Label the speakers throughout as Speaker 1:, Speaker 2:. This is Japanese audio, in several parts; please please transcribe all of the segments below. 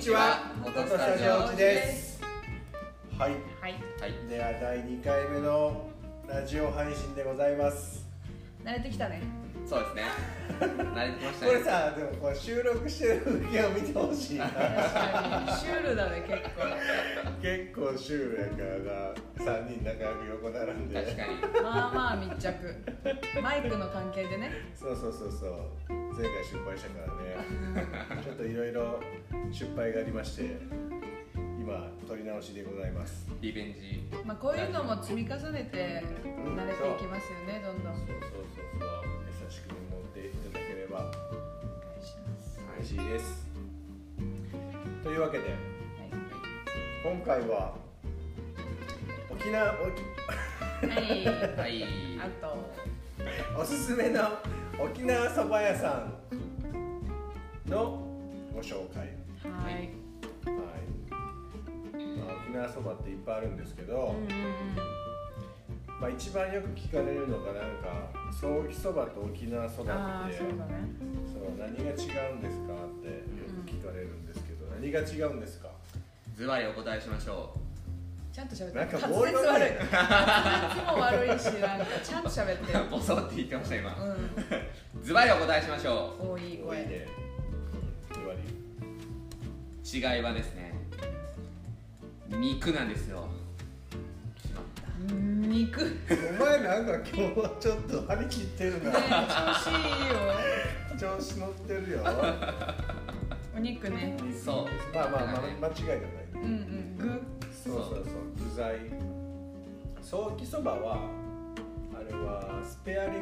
Speaker 1: ちは
Speaker 2: 元
Speaker 1: スタジオ内ですはい
Speaker 3: はい、
Speaker 2: はい
Speaker 1: では第2回目のラジオ配信でございます
Speaker 3: 慣れてきたね。
Speaker 2: そうですね慣れてきまし
Speaker 1: こ
Speaker 2: たね
Speaker 1: れさでもこれ収録してる風景を見てほしいな
Speaker 3: 確かにシュールだね、結構。
Speaker 1: 結構シュールやからな3人仲良く横並んで
Speaker 2: 確かに
Speaker 3: まあまあ密着。マイクの関係でね。
Speaker 1: そうそうそうそう前回失敗した からねちょっといろいろ失敗がありまして今撮り直しでございます
Speaker 2: リベンジ
Speaker 3: まあこういうのも積み重ねて慣れていきますよね、どんどん。
Speaker 1: そうそうそうそう優しく見守っていただければ
Speaker 3: お願いします。
Speaker 1: 嬉しいですというわけで
Speaker 3: は
Speaker 1: 今回は沖縄
Speaker 3: い。はい。
Speaker 2: はい
Speaker 3: あと、
Speaker 1: おおすすめの沖縄そば屋さんのご紹介
Speaker 3: はい。
Speaker 1: はい、まあ、沖縄そばっていっぱいあるんですけど、
Speaker 3: うんうん
Speaker 1: まあ、一番よく聞かれるのがなんか「ソーキそばと沖縄そ
Speaker 3: うん。あ
Speaker 1: ばっ
Speaker 3: あ、
Speaker 1: て
Speaker 3: そうだね。
Speaker 1: そう何が違うんですか?」ってよく聞かれるんですけど、何が違うんですか
Speaker 2: ズバリお答えしましょ
Speaker 3: ちゃんと喋って。
Speaker 1: なんか
Speaker 3: 滑
Speaker 1: ボール
Speaker 3: 舌
Speaker 1: の
Speaker 3: 悪い。滑舌も悪いし、なんかちゃんと喋って
Speaker 2: うボソって言ってました今
Speaker 3: る。
Speaker 2: ズバリお答えしましょ
Speaker 3: うん。多い
Speaker 1: 多い
Speaker 3: 声。
Speaker 1: ねうん割
Speaker 2: う違いはですね肉なんですよ
Speaker 3: うん肉。ね
Speaker 1: りお前なんか今日はちょっと張り切ってる
Speaker 3: え、
Speaker 1: な
Speaker 3: 調子いいよ。
Speaker 1: 調子乗ってるよ
Speaker 3: お肉ね。
Speaker 2: そう
Speaker 1: まあまあ、
Speaker 2: だ
Speaker 1: ま
Speaker 2: からね
Speaker 1: 間違いじゃない
Speaker 3: うんうん。具。
Speaker 1: そうそうそう具材ソーキそばはあれはスペアリブ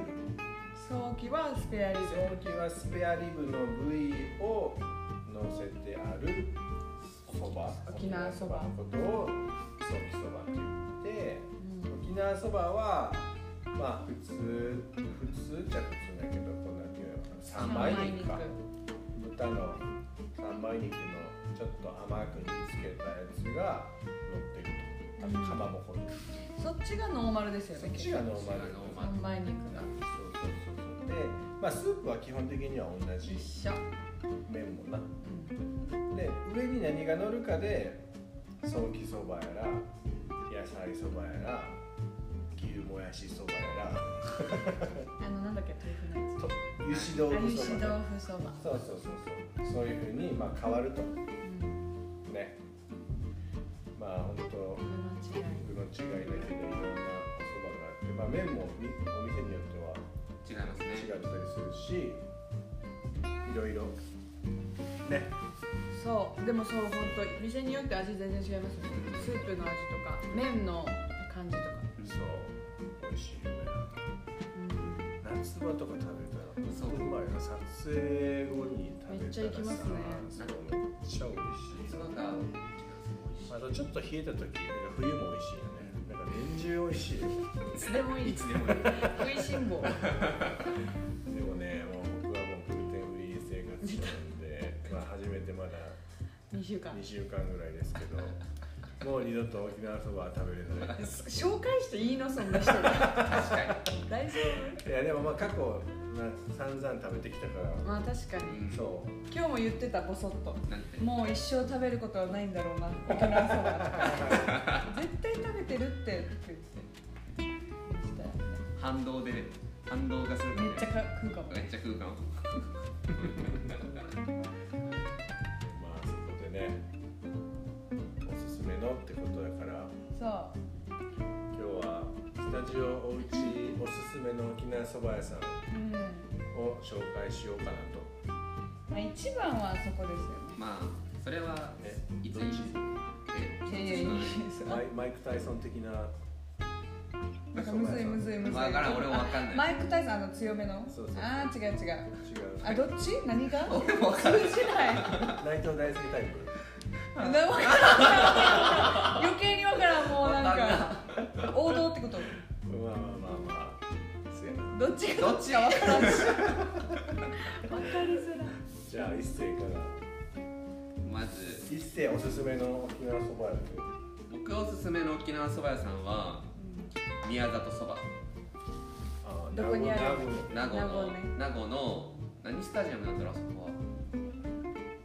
Speaker 3: 早期はスペアリブ
Speaker 1: ソーキはスペアリブの部位を乗せてあるそば
Speaker 3: 沖縄そば
Speaker 1: のことをソーキそばって言って沖縄そばはまあ普通普通じゃ普通だけどこんなていうのかな三枚肉か豚の三枚肉のちょっと甘く煮つけたやつが乗ってると
Speaker 3: うん
Speaker 1: かまぼこに
Speaker 3: そっちがノーマルですよ
Speaker 1: そ
Speaker 3: ね
Speaker 1: っちがノーマル
Speaker 2: そっちがノーマル
Speaker 3: 三枚肉が
Speaker 1: そうそうそうそうでまあスープは基本的には同じ
Speaker 3: 一緒、
Speaker 1: 麺もな
Speaker 3: うん
Speaker 1: で上に何が乗るかでソーキそばやら野菜そばやら牛もやしそばやら
Speaker 3: あのなんだっけ豆腐
Speaker 1: と
Speaker 3: のや
Speaker 1: 油脂豆
Speaker 3: つ
Speaker 1: 腐
Speaker 3: あゆし
Speaker 1: そば
Speaker 3: 豆
Speaker 1: ね
Speaker 3: 腐そば、
Speaker 1: そうそうそうそうそういうふうにまあ変わると
Speaker 3: うん、
Speaker 1: ねまあ本当
Speaker 3: 具の違い
Speaker 1: 具の違いだけでいろんなおそばがあって、まあ、麺もみお店によっては
Speaker 2: 違いますね
Speaker 1: 違ったりするしいろいろね
Speaker 3: そうでもそう本当店によって味全然違いますよねスープの味とか麺の感じとか、
Speaker 1: そう美味しいよね
Speaker 3: うん
Speaker 1: 夏場とか食べたら
Speaker 2: そう
Speaker 1: うまいな撮影後に
Speaker 3: め
Speaker 1: 食
Speaker 3: っちゃ
Speaker 1: べ
Speaker 3: 行
Speaker 1: た
Speaker 3: き
Speaker 1: ら
Speaker 3: ま
Speaker 1: さ
Speaker 3: す
Speaker 1: そう
Speaker 3: ね
Speaker 1: めっちゃ美味し
Speaker 2: す
Speaker 1: い
Speaker 2: ごく
Speaker 1: あとちょっと冷えた時冬も美味しいよねなんか年中美味しい
Speaker 3: いつでもいい
Speaker 2: い つでもいい
Speaker 3: 食いしん坊
Speaker 1: でもねもう僕はもうグルテンフリー生活なんで、 まあ、初めてまだ
Speaker 3: 2週間
Speaker 1: 2週間ぐらいですけどもう二度と沖縄そばは食べれない
Speaker 3: 紹介していいのそんな人が
Speaker 2: 確か
Speaker 3: 大丈
Speaker 1: いやでもまあ過去、まあ、散々食べてきたから、
Speaker 3: 夫まあ確か
Speaker 2: に
Speaker 3: に、
Speaker 2: うん
Speaker 1: そう
Speaker 3: 今日も言ってたボソッと
Speaker 2: なんて
Speaker 3: もう一生食べることはないんだろうな沖縄そばとか絶対食べてるってって言って言ってたよね
Speaker 2: 反動で反動がするか
Speaker 3: め
Speaker 2: ら
Speaker 3: っちゃか食うかも
Speaker 2: めっちゃ食うかも
Speaker 1: まあそこでねおすすめのってことだから
Speaker 3: そう
Speaker 1: 今日はスタジオおうちおすすめの沖縄そば屋さん
Speaker 3: うん
Speaker 1: を紹介しようかなと
Speaker 3: まあ一番はそこですよ
Speaker 2: まあそれは
Speaker 1: ね
Speaker 2: いつ
Speaker 1: どっち
Speaker 3: ねいやいやいや
Speaker 1: マイマイク・タイソン的な
Speaker 3: なんかむずいむずいむずい
Speaker 2: 分からん俺も分かんな
Speaker 3: マ
Speaker 2: い
Speaker 3: イク・タイソンあの強めの
Speaker 1: そうそう
Speaker 3: ああ違う違う
Speaker 1: 違う
Speaker 3: あどっち何が
Speaker 2: 俺も分か
Speaker 3: 通
Speaker 2: んない
Speaker 3: じな い
Speaker 1: 内藤大輔タイプ
Speaker 3: なんか分からん余計に分からんもうなんか王道ってこと
Speaker 1: まあまあまあまあそうやな
Speaker 3: どっちが
Speaker 2: どっちが分かんない
Speaker 3: 分かりづらい
Speaker 1: じゃあ一星から
Speaker 2: まず
Speaker 1: 一星おすすめの沖縄そば屋で
Speaker 2: 僕おすすめの沖縄そば屋さんは宮里そば
Speaker 1: あ
Speaker 3: どこにある
Speaker 1: 名護名護
Speaker 2: 名護の
Speaker 3: 名護ね
Speaker 2: 名護の何スタジアムなんだろうあそこは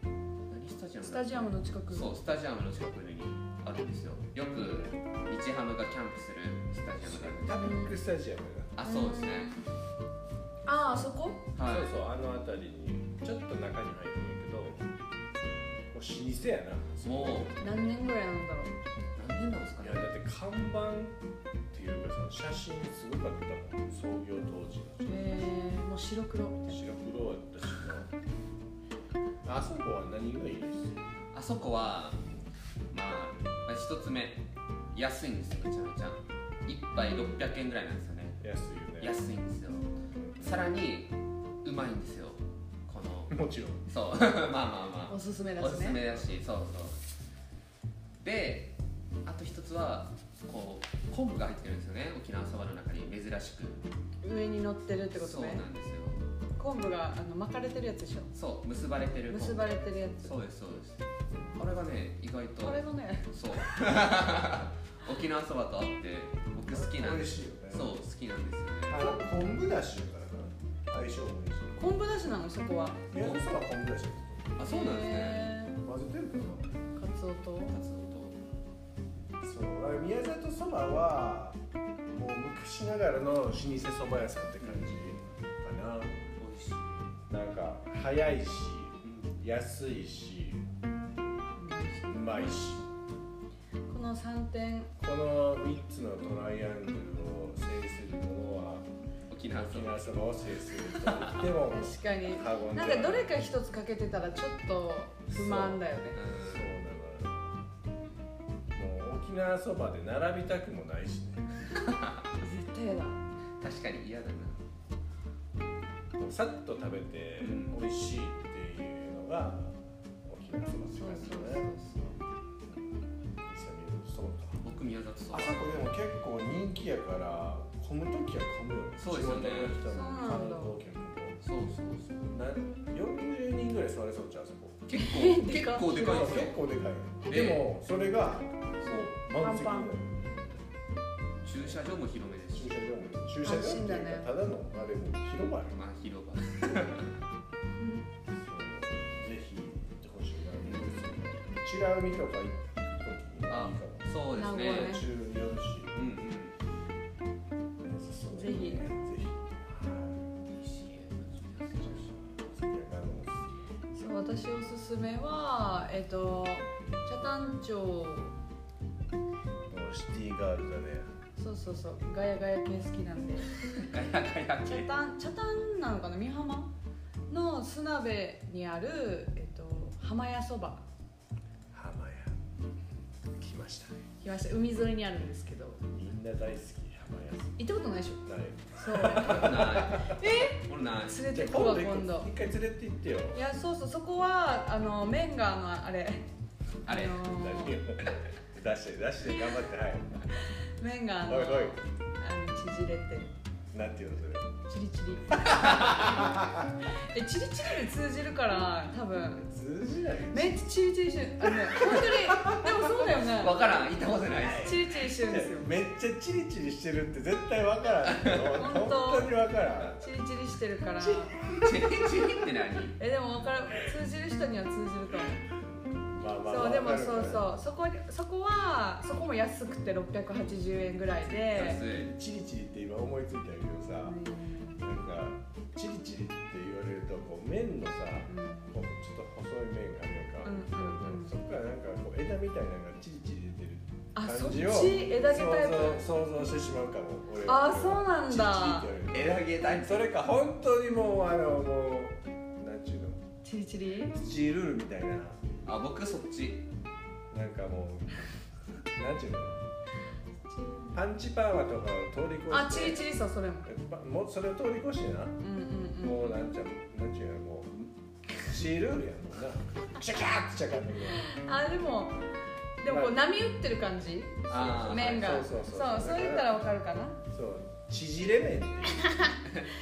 Speaker 2: 何スタジアム
Speaker 3: スタジアムの近く
Speaker 2: そうスタジアムの近くにあるんですよよく日ハムがキャンプするスタジアムがある
Speaker 1: タミックスタジアム
Speaker 2: あそうですね
Speaker 3: ああそこ
Speaker 1: だ、
Speaker 2: はい
Speaker 1: そうそうあの辺りにちょっと中に入ってるけどもう老舗やな
Speaker 2: もう
Speaker 3: 何年ぐらいなんだろう
Speaker 2: 何年なんですか
Speaker 1: いや
Speaker 2: ね
Speaker 1: だって看板っていうかその写真すごかったもん創業当時の
Speaker 3: えー、もう白黒みたい
Speaker 1: 白黒やったしなあそこは何がいいですか
Speaker 2: あそこはまあまあ一つ目安いんですよめちゃめちゃ一杯600円ぐらいなんですよね
Speaker 1: 安いよね
Speaker 2: 安いんですよさらにうまいんですよこの
Speaker 1: もちろん
Speaker 2: そう まあまあ
Speaker 3: な
Speaker 2: ま
Speaker 3: おすすめだ
Speaker 2: あ
Speaker 3: しね
Speaker 2: おすすめだしそうそうであと一つはこう昆布が入ってるんですよね沖縄そばの中に珍しく
Speaker 3: 上に乗ってるってこ
Speaker 2: そ
Speaker 3: と
Speaker 2: う
Speaker 3: ね
Speaker 2: なんですよ
Speaker 3: 昆布があの巻かれてるやつでしょ
Speaker 2: そう結ばれてる昆布
Speaker 3: 結ばれてるやつ
Speaker 2: そうですそうですあれがね意外と
Speaker 3: これがね
Speaker 2: そう 沖縄そばとあって僕好きなんで
Speaker 1: 美味
Speaker 2: す
Speaker 1: しいよね
Speaker 2: そう好きなんですよね
Speaker 1: あの昆布だしやからな相性もいいし
Speaker 3: 昆布だしなのそこは
Speaker 1: 宮古そば昆布だしだ
Speaker 2: あそうなんですね
Speaker 3: へ
Speaker 1: と混ぜてるけど
Speaker 3: ーカツオと
Speaker 2: カツオ
Speaker 1: そうだから宮里そばはもう昔ながらの老舗そば屋さんって感じかな、
Speaker 2: と美味しい
Speaker 1: なんか早いし安いしうまいし
Speaker 3: この3点
Speaker 1: この3つのトライアングルを制するものは
Speaker 2: 沖縄そ
Speaker 1: 沖
Speaker 2: ば
Speaker 1: 縄そばを制すると言っても
Speaker 3: 確かに
Speaker 1: 過言で
Speaker 3: な
Speaker 1: は
Speaker 3: んかどれか一つ欠けてたらちょっと不満だよね
Speaker 1: そうだなもう沖縄そばで並びたくもないしね
Speaker 3: 絶対やだ
Speaker 2: うん確かに嫌だな
Speaker 1: もうさっと食べて
Speaker 2: うん
Speaker 1: 美味しいっていうのが沖縄そばって
Speaker 3: そう
Speaker 1: 感じ
Speaker 3: そう
Speaker 1: だ
Speaker 3: そ
Speaker 1: ね久々そう
Speaker 3: うそう
Speaker 1: か
Speaker 2: 僕宮里そ
Speaker 1: あ
Speaker 2: ば
Speaker 1: そこでも結構人気やから混む時は混むよね
Speaker 2: そうですよね
Speaker 1: 地元の人も
Speaker 3: そうなんだ
Speaker 1: 観光客も
Speaker 2: そうそう
Speaker 1: な40
Speaker 2: そう
Speaker 1: 人ぐらい座れそうじゃんあそこ
Speaker 2: 結構
Speaker 3: え
Speaker 2: 結構
Speaker 3: でか
Speaker 2: でかいんですよ
Speaker 1: 結構でかいよ
Speaker 2: ええ
Speaker 1: でもそれが
Speaker 2: そう
Speaker 1: 満席
Speaker 3: パンパン
Speaker 2: 駐車場も広めですし
Speaker 1: 駐車場も駐車場っていう
Speaker 3: 安心だね
Speaker 1: かただのあれも広場よ
Speaker 2: まあ広場
Speaker 1: そうぜひ行ってほしいな美ら海とか行く時に
Speaker 2: あ
Speaker 1: もいいかも
Speaker 2: そうです
Speaker 3: 名古
Speaker 2: ね
Speaker 3: 屋
Speaker 1: 途中に寄るし
Speaker 2: うんうん
Speaker 1: そう
Speaker 3: ぜひ
Speaker 1: ぜひ
Speaker 2: 美味しい
Speaker 3: そう私おすすめはえっ、と北谷町
Speaker 1: もうシティガールだね
Speaker 3: そうそうそうガヤガヤ系好きなんで
Speaker 2: ガヤガヤ
Speaker 3: 北
Speaker 2: 系
Speaker 3: 谷北谷なのかな美浜の須鍋にある、えっと浜屋そば
Speaker 1: 浜屋来ましたね
Speaker 3: 来ました海沿いにあるんですけど
Speaker 1: みんな大好き浜屋
Speaker 3: 行ったことないでしょ
Speaker 1: ない
Speaker 3: そう
Speaker 2: ないえ俺ない
Speaker 3: 連れてこ
Speaker 1: 今
Speaker 3: わ
Speaker 1: 度
Speaker 3: 今度
Speaker 1: 一回連れて行ってよ
Speaker 3: いやそうそうそこはあの麺があのあれ
Speaker 2: あれ
Speaker 3: の
Speaker 1: 出して出して頑張ってはい
Speaker 3: 麺があの
Speaker 1: おいおい
Speaker 3: あの縮れてる
Speaker 1: なんていうのそれ
Speaker 3: チリチリえチリチリで通じるから多分
Speaker 1: 通じない
Speaker 3: めっちゃチリチリしてるあのね本当にでもそうだよね
Speaker 2: 分からん行ったことないです
Speaker 3: チリチリしてるんですよ
Speaker 1: めっちゃチリチリしてるって絶対わからんけど
Speaker 3: 本
Speaker 1: 本
Speaker 3: 当
Speaker 1: 当にわからん
Speaker 3: チリチリしてるから
Speaker 2: チリチリって何
Speaker 3: えでも分からん通じる人には通じると思う
Speaker 1: まあまあ
Speaker 3: そうでもそう
Speaker 1: う
Speaker 3: そうそこそこはそこも安くて680円ぐらいで
Speaker 2: 安い
Speaker 1: チリチリって今思いついたんやけどさなんかチリチリって言われるとこう麺のさ
Speaker 3: うんうん
Speaker 1: こうちょっと細い麺があるやんか、
Speaker 3: うんうんうん
Speaker 1: そっからなんかこう枝みたいなのがチリチリ出てる
Speaker 3: あそ
Speaker 1: 感
Speaker 3: っち
Speaker 1: じを
Speaker 3: 枝毛タイプ
Speaker 1: 想像想像してしまうかも俺
Speaker 3: あそうなんだ
Speaker 1: チリチリって言われると
Speaker 2: 枝毛大
Speaker 1: それか本当にもうあのもうなんちゅうの
Speaker 3: チリチリ
Speaker 1: スチールールみたいな
Speaker 2: あ僕そっち
Speaker 1: なんかもうなんちゅうのパンチパーマとかを通り越して
Speaker 3: あチリチリそうそれも
Speaker 1: パもうそれを通り越してな、
Speaker 3: うんうんう
Speaker 1: も
Speaker 3: ん
Speaker 1: うなんちゃうなんちゅうのもうスチールールやもんなシャキャーってしちゃかんねんけ
Speaker 3: あでもでもこう波打ってる感じ
Speaker 2: あー
Speaker 3: 麺が
Speaker 1: はい
Speaker 3: そ
Speaker 1: そうう
Speaker 3: そ
Speaker 1: そううそう
Speaker 3: 言ったらわかるかな
Speaker 1: どそう縮れ麺っていう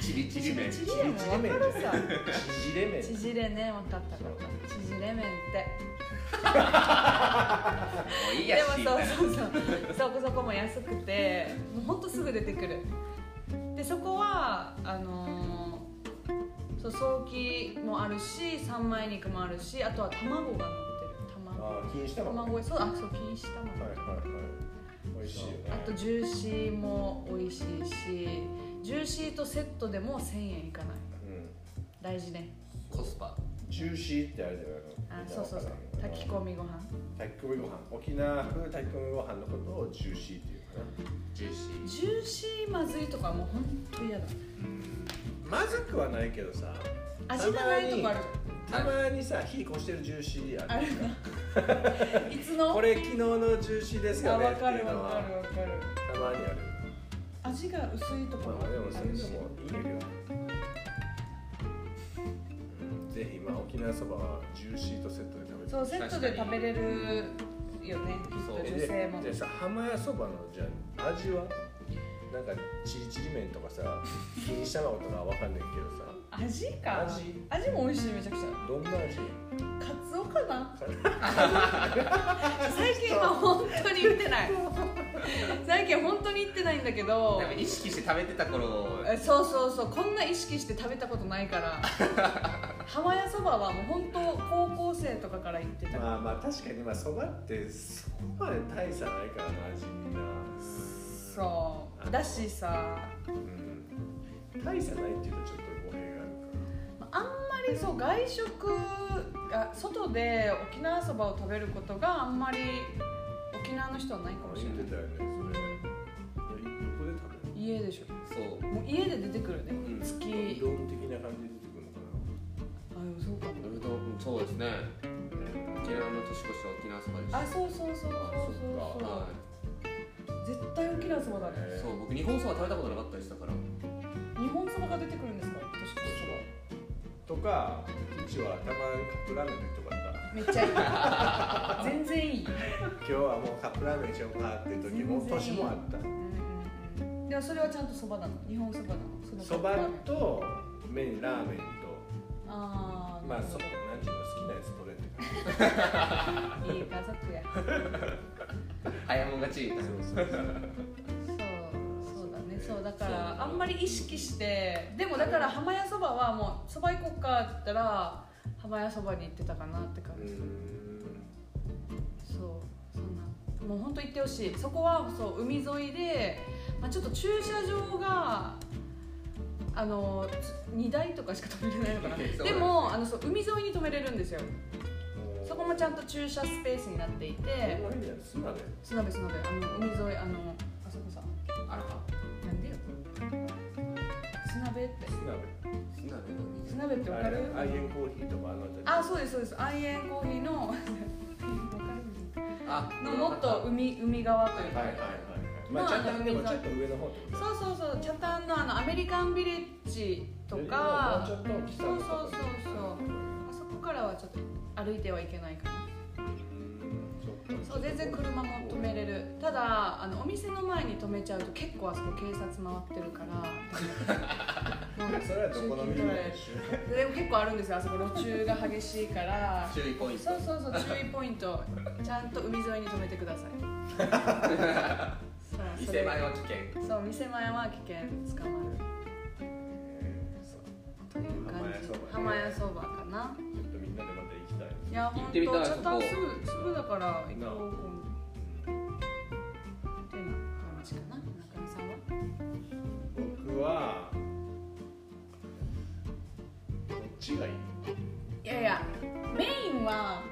Speaker 2: チリチリ 麺
Speaker 3: チリチリやもんわかるさ
Speaker 1: 縮れ麺
Speaker 3: 縮れねわかったわかった縮れ麺って
Speaker 2: もういいや
Speaker 3: で
Speaker 2: し
Speaker 3: も
Speaker 2: みたいな
Speaker 3: そうそうそうそこそこも安くてもうほんとすぐ出てくるでそこはあのーそう早期もあるし三枚肉もあるしあとは卵が乗ってる
Speaker 1: 錦したま
Speaker 3: 卵
Speaker 1: ね
Speaker 3: 越えそうあそう錦糸卵、
Speaker 1: はいはいはい美味しいよね
Speaker 3: あとジューシーも美味しいしジューシーとセットでも1000円いかない
Speaker 1: うん
Speaker 3: 大事ね
Speaker 2: コスパ
Speaker 1: ジューシーってあれじゃない
Speaker 3: あ
Speaker 1: の
Speaker 3: そうそうそう炊き込みご飯
Speaker 1: 炊き込みご飯沖縄風炊き込みご飯のことをジューシーっていうかな
Speaker 2: ジューシー
Speaker 3: ジューシーまずいとかもうほんと嫌だ
Speaker 1: まずくはないけどさ
Speaker 3: 味がないとこある
Speaker 1: たまにさ火越してるジューシーあるじゃん
Speaker 3: いつの
Speaker 1: これ昨日のジューシーです
Speaker 4: あ
Speaker 1: よねっ
Speaker 4: 分
Speaker 1: て
Speaker 4: か
Speaker 1: い
Speaker 4: る
Speaker 1: う
Speaker 4: 分
Speaker 1: のは
Speaker 4: かる分かる
Speaker 1: たまにある
Speaker 4: 味が薄いところ
Speaker 1: まあでもそ
Speaker 4: あ
Speaker 1: れ
Speaker 4: る
Speaker 1: で
Speaker 4: し
Speaker 1: もいいよ、うん、ぜひまあ沖縄そばはジューシーとセットで食べて
Speaker 4: そうセットで食べれるよねきっと
Speaker 2: そう
Speaker 4: 女性も
Speaker 1: でさ浜屋そばのじゃあ味はなんかちりちり麺とかさ錦糸卵とかは分かんないけどさ
Speaker 4: 味か
Speaker 1: 味
Speaker 4: 味も美味しいめちゃくちゃ
Speaker 1: どんな味
Speaker 4: カツオか な
Speaker 3: 最近は本当に行っ てない最近本当に行ってないんだけど
Speaker 2: でも意識して食べてた頃
Speaker 3: えそうそうそうこんな意識して食べたことないから浜屋そばはもう本当高校生とかから行ってた、
Speaker 1: まあまあ確かにまあそばってそこまで大差ないからな味みんな
Speaker 3: そうだしさ
Speaker 1: うん大差ないっていうとちょっと語弊があるから
Speaker 3: あんまりそう外食が外で沖縄そばを食べることがあんまり沖縄の人はないかもしれ
Speaker 1: 言ってた
Speaker 3: な
Speaker 1: よねそれいやどこで食べる
Speaker 3: い家でしょ
Speaker 2: そう
Speaker 3: もう家で出てくるね
Speaker 2: うん
Speaker 3: 月
Speaker 1: うどん的な感じで出てくるのか
Speaker 3: あでもそうかも
Speaker 2: うどんそうですね沖縄の年越しは沖縄そばでした
Speaker 3: あそうそうそうそうそうそ
Speaker 2: は
Speaker 3: う絶対沖縄そばだね
Speaker 1: な
Speaker 2: いそう僕日本そば食べたことなかったりしたから
Speaker 3: 日本そばが出てくるんですか年越しそ
Speaker 1: と
Speaker 3: ば
Speaker 1: かうちはたまにカップラーメンの人がいたから
Speaker 3: めっちゃいい全然いい、
Speaker 1: 今日はもうカップラーメンしようかっていう時も
Speaker 3: 全然いい
Speaker 1: 年もあった
Speaker 3: でもそれはちゃんとそばなの日本そばなのの
Speaker 1: そばと麺ラーメンと
Speaker 3: ああ
Speaker 1: まあそ
Speaker 3: そ
Speaker 1: ばなんていうの好きなやつ取れって感じ
Speaker 3: いい家族や
Speaker 2: 早もん勝ちみたいな
Speaker 3: そうそうだねそうだか
Speaker 2: そう
Speaker 3: らあんまり意識してでもだから浜屋そばはもうそば行こっかって言ったら浜屋そばに行ってたかなって感
Speaker 1: う
Speaker 3: じ、
Speaker 1: ん
Speaker 3: そうそんなもう本当行ってほしいそこはそう海沿いで、まあ、ちょっと駐車場があの2台とかしか止めれないのかな
Speaker 2: そうなんですね
Speaker 3: でもあのそう海沿いに止めれるんですよそこもちゃんと駐車スペースになってい
Speaker 1: えこ
Speaker 3: て
Speaker 1: の辺じゃないすなね
Speaker 3: すなべすなべあの海沿いあのあそこさ
Speaker 2: あらか
Speaker 3: なんでよすなべって
Speaker 1: すな
Speaker 2: すなべの
Speaker 3: すなべってわ
Speaker 1: べ
Speaker 3: か
Speaker 1: あ
Speaker 3: る
Speaker 1: れアイエンコーヒーとかあの辺り
Speaker 3: あそうですそうですアイエンコーヒーのわかる
Speaker 2: あ
Speaker 3: のもっと海海側というか、
Speaker 1: はいはいはいはいまあちゃんとでもちょっと上の方ってこと
Speaker 3: そうそうそうチャタンのあのアメリカンビレッジと
Speaker 1: もう
Speaker 3: か
Speaker 1: ちょっと北
Speaker 3: そ
Speaker 1: の
Speaker 3: う
Speaker 1: と
Speaker 3: そう
Speaker 1: こ
Speaker 3: そうそうあそこからはちょっと歩いてはいけないかな
Speaker 1: うんそ
Speaker 3: そう全然車も止めれるただあのお店の前に止めちゃうと結構あそこ警察回ってるから もう
Speaker 1: それはどこのビルも一緒
Speaker 3: でも結構あるんですよあそこ路中が激しいから
Speaker 2: 注意ポイント
Speaker 3: そうそうそう注意ポイントちゃんと海沿いに止めてくだ さいそうそれ
Speaker 2: 店前は危険
Speaker 3: そう店前は危険捕まるという感じ
Speaker 1: 浜
Speaker 3: 浜
Speaker 1: 屋
Speaker 3: 屋
Speaker 1: そ
Speaker 3: そばかな
Speaker 1: ちょっとみんなでまた行きたい
Speaker 3: いや
Speaker 2: 行
Speaker 3: 本
Speaker 2: っ
Speaker 3: 当
Speaker 2: てみ
Speaker 3: ち
Speaker 2: た
Speaker 3: ょ
Speaker 2: い
Speaker 3: っ
Speaker 2: そ
Speaker 3: とす
Speaker 2: こ
Speaker 3: ぐすぐだから行こう
Speaker 1: な
Speaker 3: 今度ってな感じかな中見さんは
Speaker 1: 僕はどっちがいい
Speaker 3: いやいやメインは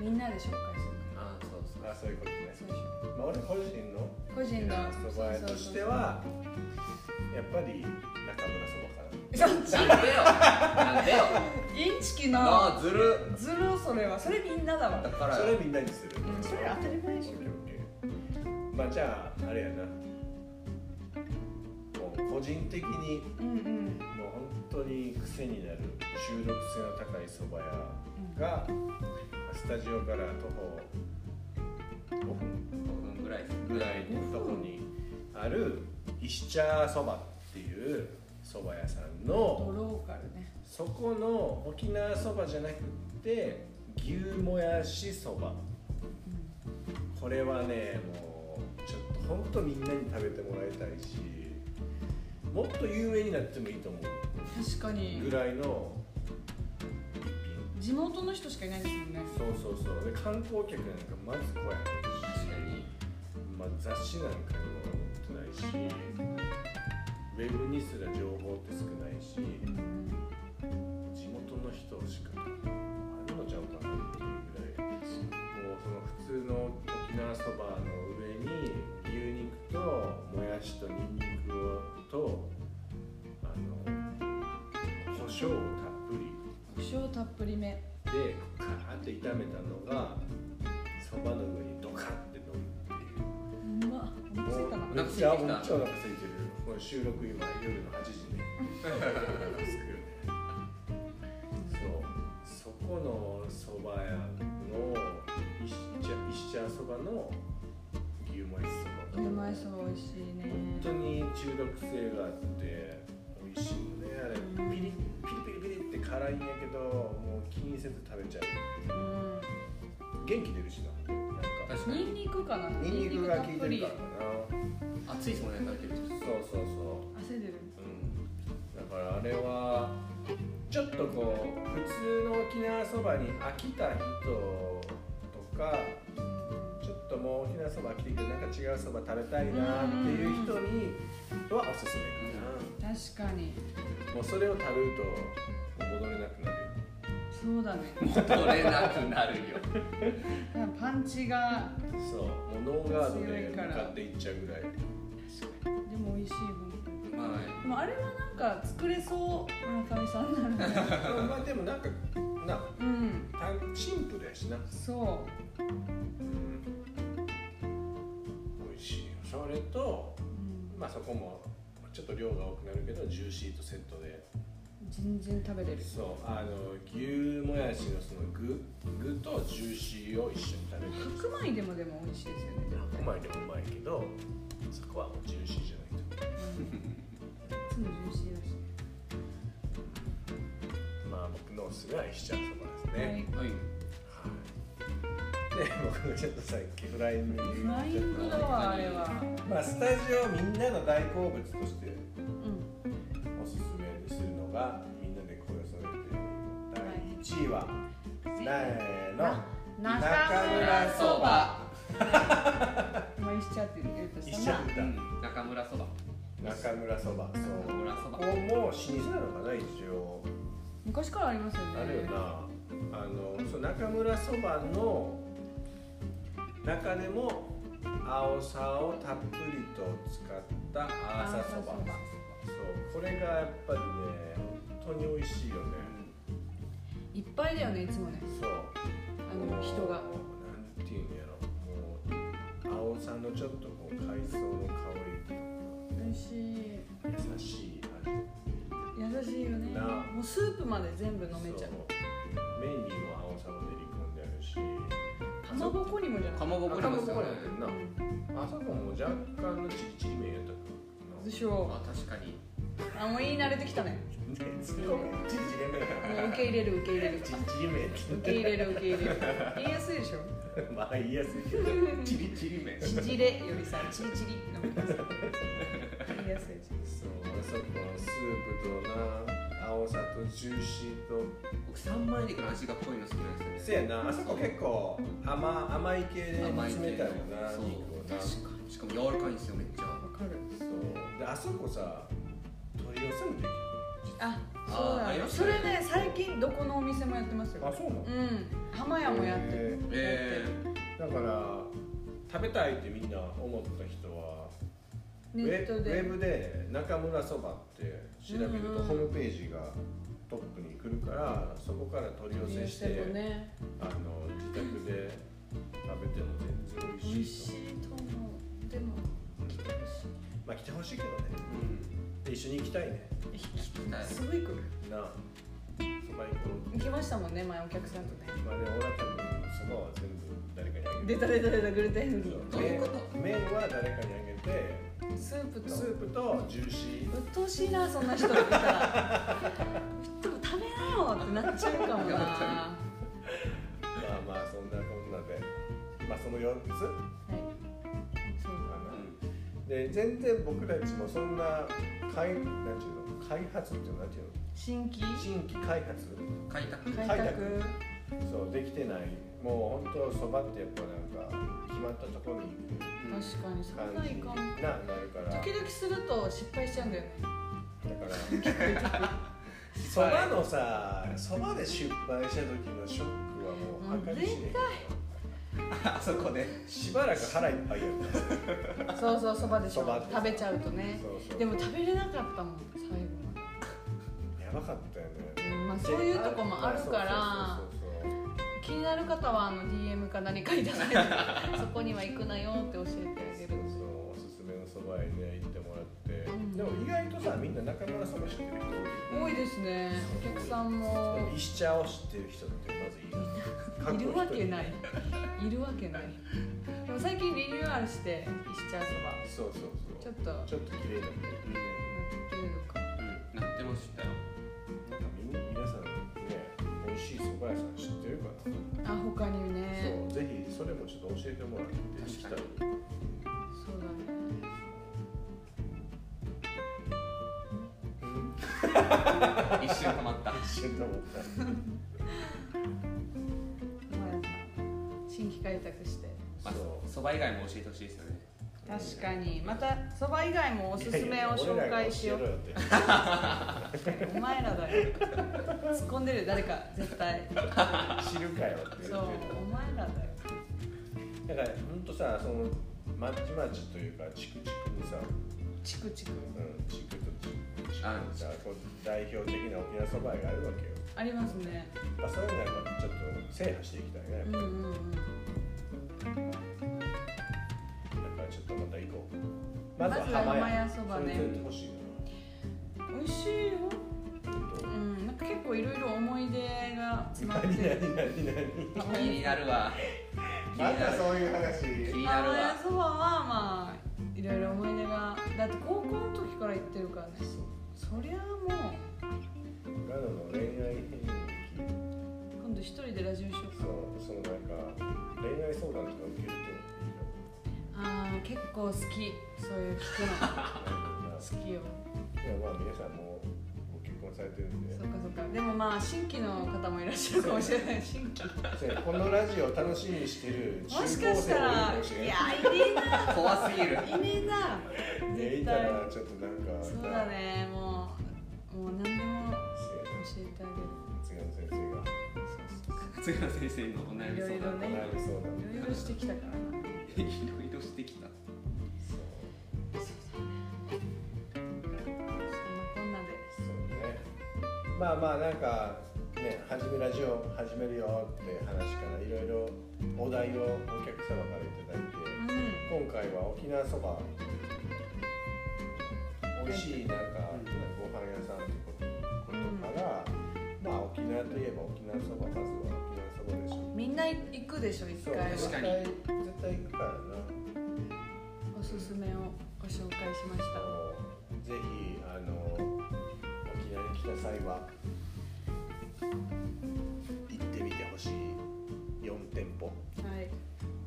Speaker 3: みんなで紹介するか
Speaker 2: あそうそう
Speaker 1: あそういうことね
Speaker 3: らそうでし
Speaker 1: まあ俺個人の
Speaker 3: ょ個人の
Speaker 1: そば屋としてはやっぱり中村そばかな
Speaker 3: そうそうそう
Speaker 2: なんでよなんでよ
Speaker 3: インチキ
Speaker 2: あ
Speaker 3: の
Speaker 2: あずる
Speaker 3: ズルそれはそれみんなだ
Speaker 2: だ
Speaker 3: わ
Speaker 2: から
Speaker 1: それみんなにする
Speaker 3: うんそれ当たり前でし
Speaker 1: オ
Speaker 3: ょ
Speaker 1: ッケーオッケーまあじゃああれやなもう個人的に
Speaker 3: うんうん
Speaker 1: もう本当に癖になる中毒性の高いそば屋がスタジオから徒歩5分
Speaker 2: 5分ぐらいです
Speaker 1: ぐらいのとこにある石茶そばっていうそば屋さん
Speaker 3: ド
Speaker 1: の
Speaker 3: ローカルね
Speaker 1: そこの沖縄そばじゃなくって牛もやしそばこれはねもうちょっと本当みんなに食べてもらいたいしもっと有名になってもいいと思う
Speaker 3: 確かに
Speaker 1: ぐらいの一品
Speaker 3: 地元の人しかいないですもんね
Speaker 1: そうそうそうで観光客なんかまず怖い
Speaker 2: 確かに
Speaker 1: まあ、雑誌なんかにも載ってないしウェブにすら情報って少ないし地元の人しかあるのちゃうかなっていうぐらいもうその普通の沖縄そばの上に牛肉ともやしとニンニクをとあの胡椒をたっぷり
Speaker 3: 胡椒たっぷりめ
Speaker 1: でカーッて炒めたのがそばの上にドカッて乗るっていう。
Speaker 3: うまっお腹すいたな
Speaker 1: めっちゃめっちゃお腹空いてる。これ収録今夜の8時ね。そう、そこの蕎麦屋の一茶一茶そばの牛もやしそば。
Speaker 3: うまいそう美味しいね
Speaker 1: 本当に中毒性があって美味しいよねあれ。ピリピリピリピリって辛いんやけど、もう気にせず食べちゃう。元気出るしな。なんか
Speaker 2: 確
Speaker 3: う
Speaker 2: か
Speaker 3: んニン
Speaker 2: に
Speaker 3: ニクかな
Speaker 1: ニンニクが効いてる
Speaker 3: ニンニク
Speaker 1: か
Speaker 3: た
Speaker 1: ら
Speaker 3: っぷ
Speaker 1: か
Speaker 2: 暑いですもんね食べてると
Speaker 1: な。そうそうそう。
Speaker 3: り汗出る
Speaker 1: だからあれはちょっとこう普通の沖縄そばに飽きた人とかちょっともう沖縄そば飽きてきてなんか違うそば食べたいなっていう人にはおすすめか
Speaker 3: 確かに
Speaker 1: な、もうそれを食べると戻れなくなる
Speaker 3: そうだね
Speaker 2: 戻れなくなるよ
Speaker 3: パンチが
Speaker 1: そうもうノーガードで向かっていっちゃうぐらい
Speaker 3: でも美味しい本当に
Speaker 2: うまい
Speaker 3: でもあれはなんか作れそう村上さんなのね
Speaker 1: まあでもなんかな
Speaker 3: うん
Speaker 1: 単シンプルやしな
Speaker 3: そ
Speaker 1: 美味しいよそれと
Speaker 3: う、うん、
Speaker 1: まあそこもちょっと量が多くなるけどジューシーとセットで
Speaker 3: 全然食べれる
Speaker 1: そうあの牛もやしのその具具とジューシーを一緒に食べる
Speaker 3: 白米でもでも美味しいですよね
Speaker 1: うまいでもうまいけどそこはもうジューシーじゃないと
Speaker 3: いつもジューシーだし
Speaker 1: まあ僕のおすすめは石ちゃんそばですね、はい
Speaker 2: はい
Speaker 1: で僕がちょっとさっきフライング
Speaker 3: フライングだわあれは
Speaker 1: まあスタジオみんなの大好物として
Speaker 3: うん
Speaker 1: おすすめにするのがみんなで声を揃えて第1位は、せーの
Speaker 3: 中村そばまあ石茶って言うと
Speaker 1: 一
Speaker 3: し
Speaker 1: 緒
Speaker 3: たら
Speaker 1: だ
Speaker 2: うん中村そば
Speaker 1: 中村そばそう
Speaker 2: 中村そ
Speaker 1: こ
Speaker 2: ば
Speaker 1: こも老舗なのかな一応
Speaker 3: 昔からありますよね
Speaker 1: あるよなあのそう中村そばの中でも青さをたっぷりと使った
Speaker 3: あ
Speaker 1: 青さそばそうこれがやっぱりね本当に美味しいよね
Speaker 3: いっぱいだよねいつもね
Speaker 1: そう
Speaker 3: あの人が
Speaker 1: なんていうんやろもう青さのちょっとこう海藻の香
Speaker 3: 美味しい
Speaker 1: りとか優しい味
Speaker 3: 優しいよね
Speaker 1: な
Speaker 3: もうスープまで全部飲めちゃ
Speaker 1: そう
Speaker 3: う
Speaker 1: 麺にも青さも練り込んであるし
Speaker 3: かまぼこにもじゃ
Speaker 2: か
Speaker 3: ない
Speaker 2: まぼこにもですよね
Speaker 1: なあそこも若干のちりちり麺やった
Speaker 3: でしょ
Speaker 2: あ確かに
Speaker 3: あもう言い慣れてき たね
Speaker 1: ねツッコミちりちり麺や
Speaker 3: もう受け入れる受け入れる
Speaker 1: ちりちり麺って言っ
Speaker 3: 受け入れる受け入れる言いやすいでしょ
Speaker 1: てまあ言いやすいけど
Speaker 2: ちりちり麺
Speaker 3: ちちれよりさちりちりの方がさ言いやすいでしょ
Speaker 1: そうあそこのスープとな青さとジューシーと
Speaker 2: 僕三枚肉の味が濃いの好きなんです
Speaker 1: せ
Speaker 2: よね
Speaker 1: やなあそこ結構甘甘い系で
Speaker 2: 甘い系
Speaker 1: 冷たいよな
Speaker 2: そう
Speaker 1: 肉をな
Speaker 2: 確かにしかも柔らかいんですよめっちゃ
Speaker 3: わかる
Speaker 1: そうであそこさ取り寄せもできる
Speaker 3: あ
Speaker 2: あー
Speaker 3: そうだ
Speaker 2: あり
Speaker 3: ね
Speaker 2: ました
Speaker 3: そ
Speaker 2: ね
Speaker 3: れね最近どこのお店もやってますよ
Speaker 1: そうなの
Speaker 3: うん浜屋もやってる
Speaker 2: え
Speaker 1: だから食べたいってみんな思った人は
Speaker 3: ネット
Speaker 1: ウェ
Speaker 3: で
Speaker 1: ブウェブで中村そばって調べる
Speaker 3: うんう
Speaker 1: と
Speaker 3: ん
Speaker 1: ホームページがトップに来るからそこから取り寄せして、
Speaker 3: もね
Speaker 1: あの自宅で食べても全然美
Speaker 3: 美味
Speaker 1: 味しい
Speaker 3: し
Speaker 1: と思う
Speaker 3: いと思うでも来てほ
Speaker 1: まあ来てほしいけどね
Speaker 2: ー、うん
Speaker 1: で一緒に行きたいね
Speaker 3: しいすごい来る
Speaker 1: なあそば行こう
Speaker 3: 行きましたもんね前お客さんとね
Speaker 1: まあね俺は多分そばは全部誰かにあげ
Speaker 3: 出
Speaker 1: る
Speaker 3: た出た出たグルテンフリ
Speaker 1: そう
Speaker 2: どういうこと
Speaker 1: 麺麺は誰かにあげて
Speaker 3: ースープと
Speaker 1: スープとジューシー
Speaker 3: うっとうしいなそんな人いたら うっと食べなよってなっちゃうかも
Speaker 2: いや
Speaker 3: な
Speaker 2: 本当に
Speaker 3: は
Speaker 1: まあまあそんなこんなで、まあその4つ
Speaker 3: いそう
Speaker 1: かな。で全然僕たちもそんな開なんていうの開発っていうのなんていうの
Speaker 4: 新規
Speaker 1: 新規開発
Speaker 2: 開拓
Speaker 4: 開
Speaker 1: 開
Speaker 4: 拓
Speaker 1: 拓そうできてないもう本当そばってやっぱなんか決まったところに
Speaker 3: 確かにそ
Speaker 1: 行
Speaker 3: ん
Speaker 1: く
Speaker 3: な
Speaker 1: 感
Speaker 3: い
Speaker 1: じに
Speaker 3: か
Speaker 1: な
Speaker 3: も
Speaker 1: なるからだか
Speaker 3: 時々すると失敗しちゃうんだよね
Speaker 1: らそばのさそばで失敗した時のショックはもう計り知れん
Speaker 2: あそこで
Speaker 1: しばらく腹いっぱいやった
Speaker 3: そうそうそばでし
Speaker 1: そば
Speaker 3: ょ
Speaker 1: って
Speaker 3: 食べちゃうとね
Speaker 1: そうそう
Speaker 3: でも食べれなかったもん最後ま
Speaker 1: やばかったよね
Speaker 3: で、うんまあ、そういうとこもあるから
Speaker 1: そうそうそうそう
Speaker 3: 気になる方はあの DM か何かいただいて そこには行くなよって教えてあげ
Speaker 1: そう
Speaker 3: る
Speaker 1: そうおすすめのそばへね行ってもらって、
Speaker 3: うん
Speaker 1: でも意外とさみんな中村そば知ってる人
Speaker 3: 多いですねお客さん
Speaker 1: 多
Speaker 3: も
Speaker 1: いでも石茶を知ってる人ってまずいる過去
Speaker 3: い
Speaker 1: 一人
Speaker 3: るわけないいるわけないでも最近リニューアルして石茶
Speaker 1: そ
Speaker 3: そば
Speaker 1: うそう
Speaker 3: ち
Speaker 1: そ
Speaker 3: ょ
Speaker 1: う
Speaker 3: っと
Speaker 1: ちょっと綺麗だったよね
Speaker 3: っていうのか
Speaker 2: うんなってましたよ
Speaker 1: なんかみんな皆さんね美味しいそば屋さん知ってるかな、
Speaker 3: あ他にね
Speaker 1: そうぜひそれもちょっと教えてもらって行きたい
Speaker 2: 確
Speaker 3: そうだね
Speaker 2: 一瞬止まった
Speaker 1: 一瞬と思った
Speaker 3: まあやっぱ新規開拓して
Speaker 2: まあ
Speaker 1: そう
Speaker 2: そば以外も教えてほしいですよね
Speaker 4: 確かにまたそば以外もおすすめを紹介しよ
Speaker 1: いや
Speaker 4: う
Speaker 1: いや俺らが教
Speaker 3: お前らだよ突っ込んでる誰か絶対
Speaker 1: えろよって知るかよって言って
Speaker 3: そうお前らだよ
Speaker 1: だから本当さそのまちまちというかチクチクにさ、う
Speaker 3: チクチク
Speaker 1: ん、チクとチクチク
Speaker 2: あ
Speaker 1: にさこう代表的な沖縄そば屋があるわけよ、
Speaker 3: ありますね
Speaker 1: まあ、そういうのはやっぱちょっと制覇していきたいねやっ
Speaker 3: うんうんうん
Speaker 1: ぱりちょっとまた行こう
Speaker 4: まずは浜屋そ
Speaker 1: そ
Speaker 4: ば
Speaker 1: れ
Speaker 4: ね
Speaker 1: 連れてほしい
Speaker 3: 美味しいよ
Speaker 1: な本当
Speaker 3: うんなんか結構いろいろ思い出が詰まって
Speaker 1: 何
Speaker 3: る
Speaker 1: 何何何
Speaker 2: 気になるわ気になる
Speaker 1: ういう話
Speaker 2: 気になる
Speaker 3: 浜
Speaker 2: わ
Speaker 3: 屋そばはまあいろいろ思い出がだって高校の時から行ってるからねそりゃも
Speaker 1: ガノの恋愛遍歴
Speaker 3: う今度一人でラジオしよう
Speaker 1: そ
Speaker 3: か
Speaker 1: のそのなんか恋愛相談とか受けるといいの
Speaker 3: あー結構好きそういう聞くの
Speaker 1: なんか
Speaker 3: 好きよ
Speaker 1: いやまあ皆さんもうご結婚されてるんで
Speaker 3: そうかそうかでもまあ新規の方もいらっしゃるかもしれない 新規
Speaker 1: このラジオを楽しみにしてる中
Speaker 3: も
Speaker 1: 高
Speaker 3: し
Speaker 1: 生もい
Speaker 3: か
Speaker 1: る
Speaker 3: したら
Speaker 1: かもし
Speaker 3: い
Speaker 1: れ
Speaker 3: や
Speaker 1: ない
Speaker 3: ねえな
Speaker 2: 怖すぎる
Speaker 3: いねえない
Speaker 1: いや
Speaker 3: 絶
Speaker 1: いた
Speaker 3: 対
Speaker 1: らちょっとなんか
Speaker 3: そうだねもうもう何でも教えてあ
Speaker 1: 次の先生が
Speaker 2: 次の先生のお
Speaker 3: げ
Speaker 2: 悩み
Speaker 3: るいろ
Speaker 2: 相
Speaker 3: いろ
Speaker 2: 談
Speaker 1: お
Speaker 3: ね
Speaker 1: 悩み相談
Speaker 3: いろいろしてきたからない
Speaker 2: ろいろしてきた
Speaker 1: そ
Speaker 3: そんなこんなで
Speaker 1: うそうねまあまあなんかね始めラジオ始めるよって話からいろいろお題をお客様からいただいて
Speaker 3: うん
Speaker 1: 今回は沖縄そば美味しいなんか
Speaker 2: うん
Speaker 1: ご飯屋さんってことから、まあ沖縄といえば沖縄そばまずは沖縄そばでしょ
Speaker 3: みんな行くでしょ一
Speaker 1: そう
Speaker 3: 回は
Speaker 2: 確か
Speaker 1: 絶
Speaker 2: に
Speaker 1: 対絶対行くからな
Speaker 3: おすすめをご紹介しました
Speaker 1: もうぜひあの沖縄に来た際は行ってみてほしい4店舗
Speaker 3: はい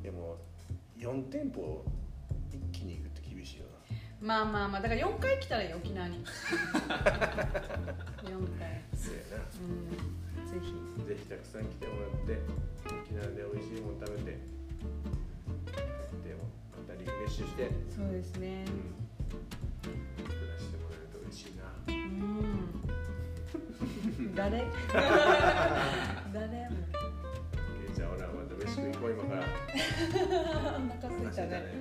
Speaker 1: でも4店舗一気に行くって厳しいよ
Speaker 3: まあまあまあだから4回来たらいいよ沖縄に4回
Speaker 1: なそうやな
Speaker 3: うんぜひ
Speaker 1: ぜひたくさん来てもらって沖縄で美味しいもの食べてでもまたリフレッシュして、
Speaker 3: そうですね
Speaker 1: 暮らしてもらえると嬉しいな
Speaker 3: うん誰 誰も
Speaker 1: けいちゃんほらまた飯食い行こう今から
Speaker 3: お腹すいたね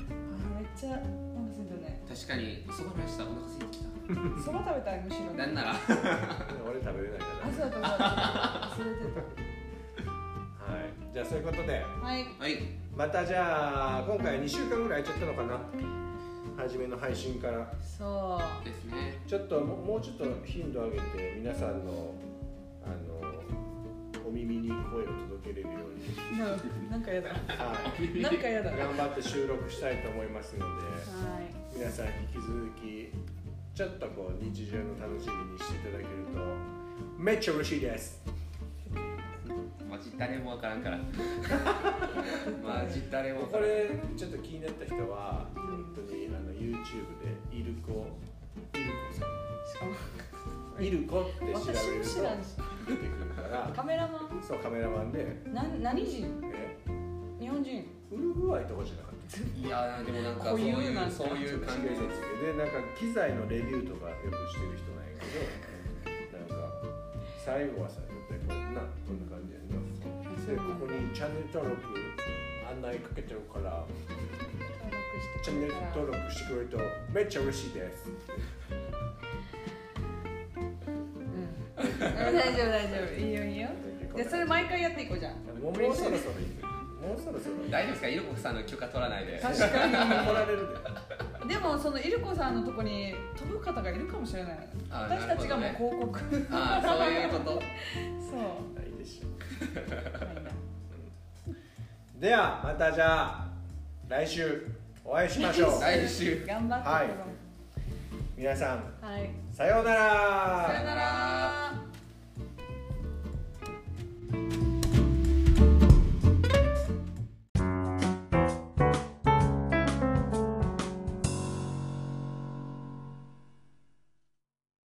Speaker 3: あめっちゃお腹すいたね
Speaker 2: 確かにそばの話したお腹空いてき
Speaker 4: そば食べたいむしたろ
Speaker 2: なんなら
Speaker 1: 俺食べれないか
Speaker 4: あそうだそうだ忘れて
Speaker 1: らはいじゃあそういうことで
Speaker 3: はい
Speaker 2: はい
Speaker 1: またじゃあ今回2週間ぐらい空いちゃったのかな初めの配信から
Speaker 3: そ
Speaker 2: ですね
Speaker 1: ちょっとももうちょっと頻度上げて皆さんのあのお耳に声を届けれるように、
Speaker 3: うななんかやだ
Speaker 1: はい
Speaker 3: なんかやだは
Speaker 1: 頑張って収録したいと思いますので皆さん引き続きちょっとこう日常の楽しみにしていただけるとめっちゃ嬉しいです
Speaker 2: マジ誰もわからんからマジ誰もわか
Speaker 1: こ
Speaker 2: らん
Speaker 1: れちょっと気になった人は本当にあの YouTube でいる子いる子さん
Speaker 3: いしかも
Speaker 1: ミルコって調べると
Speaker 5: 私も知らんし
Speaker 1: 出てくるから
Speaker 5: カメラマ
Speaker 1: そうカメラマンで
Speaker 5: ンな何人
Speaker 1: え
Speaker 5: 日本人
Speaker 1: ウルグアイとかじゃなかった
Speaker 2: いやーでもなんかそ
Speaker 5: こ
Speaker 2: う
Speaker 5: う
Speaker 2: い
Speaker 5: いう
Speaker 2: う
Speaker 5: なんか
Speaker 2: そういう感
Speaker 1: 関
Speaker 2: じ
Speaker 1: 係
Speaker 2: で
Speaker 1: 説明でなんか機材のレビューとかよくしてる人なんやけどなんか最後はさ絶対こんなこんな感じやなでここにチャンネル登録案内かけてるから
Speaker 3: 登録して
Speaker 1: チャンネル登録してくれるとめっちゃ嬉しいです
Speaker 3: うん大丈夫大丈夫いいよいいよでそれ毎回やっていこうじゃん
Speaker 1: もうもうそろそろいいもうそろそろいい
Speaker 2: 大丈夫ですかイルコさんの許可取らないで
Speaker 3: 確かに
Speaker 1: 怒られるで
Speaker 3: でもそのイルコさんのとこに飛ぶ方がいるかもしれない
Speaker 2: あ
Speaker 3: 私たちがもう
Speaker 2: なる
Speaker 3: 広告そう
Speaker 2: ああそういうこと
Speaker 1: な いでしょ
Speaker 3: はい
Speaker 1: ではまたじゃあ来週お会いしましょう
Speaker 2: 来週
Speaker 3: 頑張って
Speaker 1: はい
Speaker 3: 子供
Speaker 1: 皆さん
Speaker 5: はい
Speaker 1: さようなら
Speaker 2: さようなら
Speaker 3: さよなら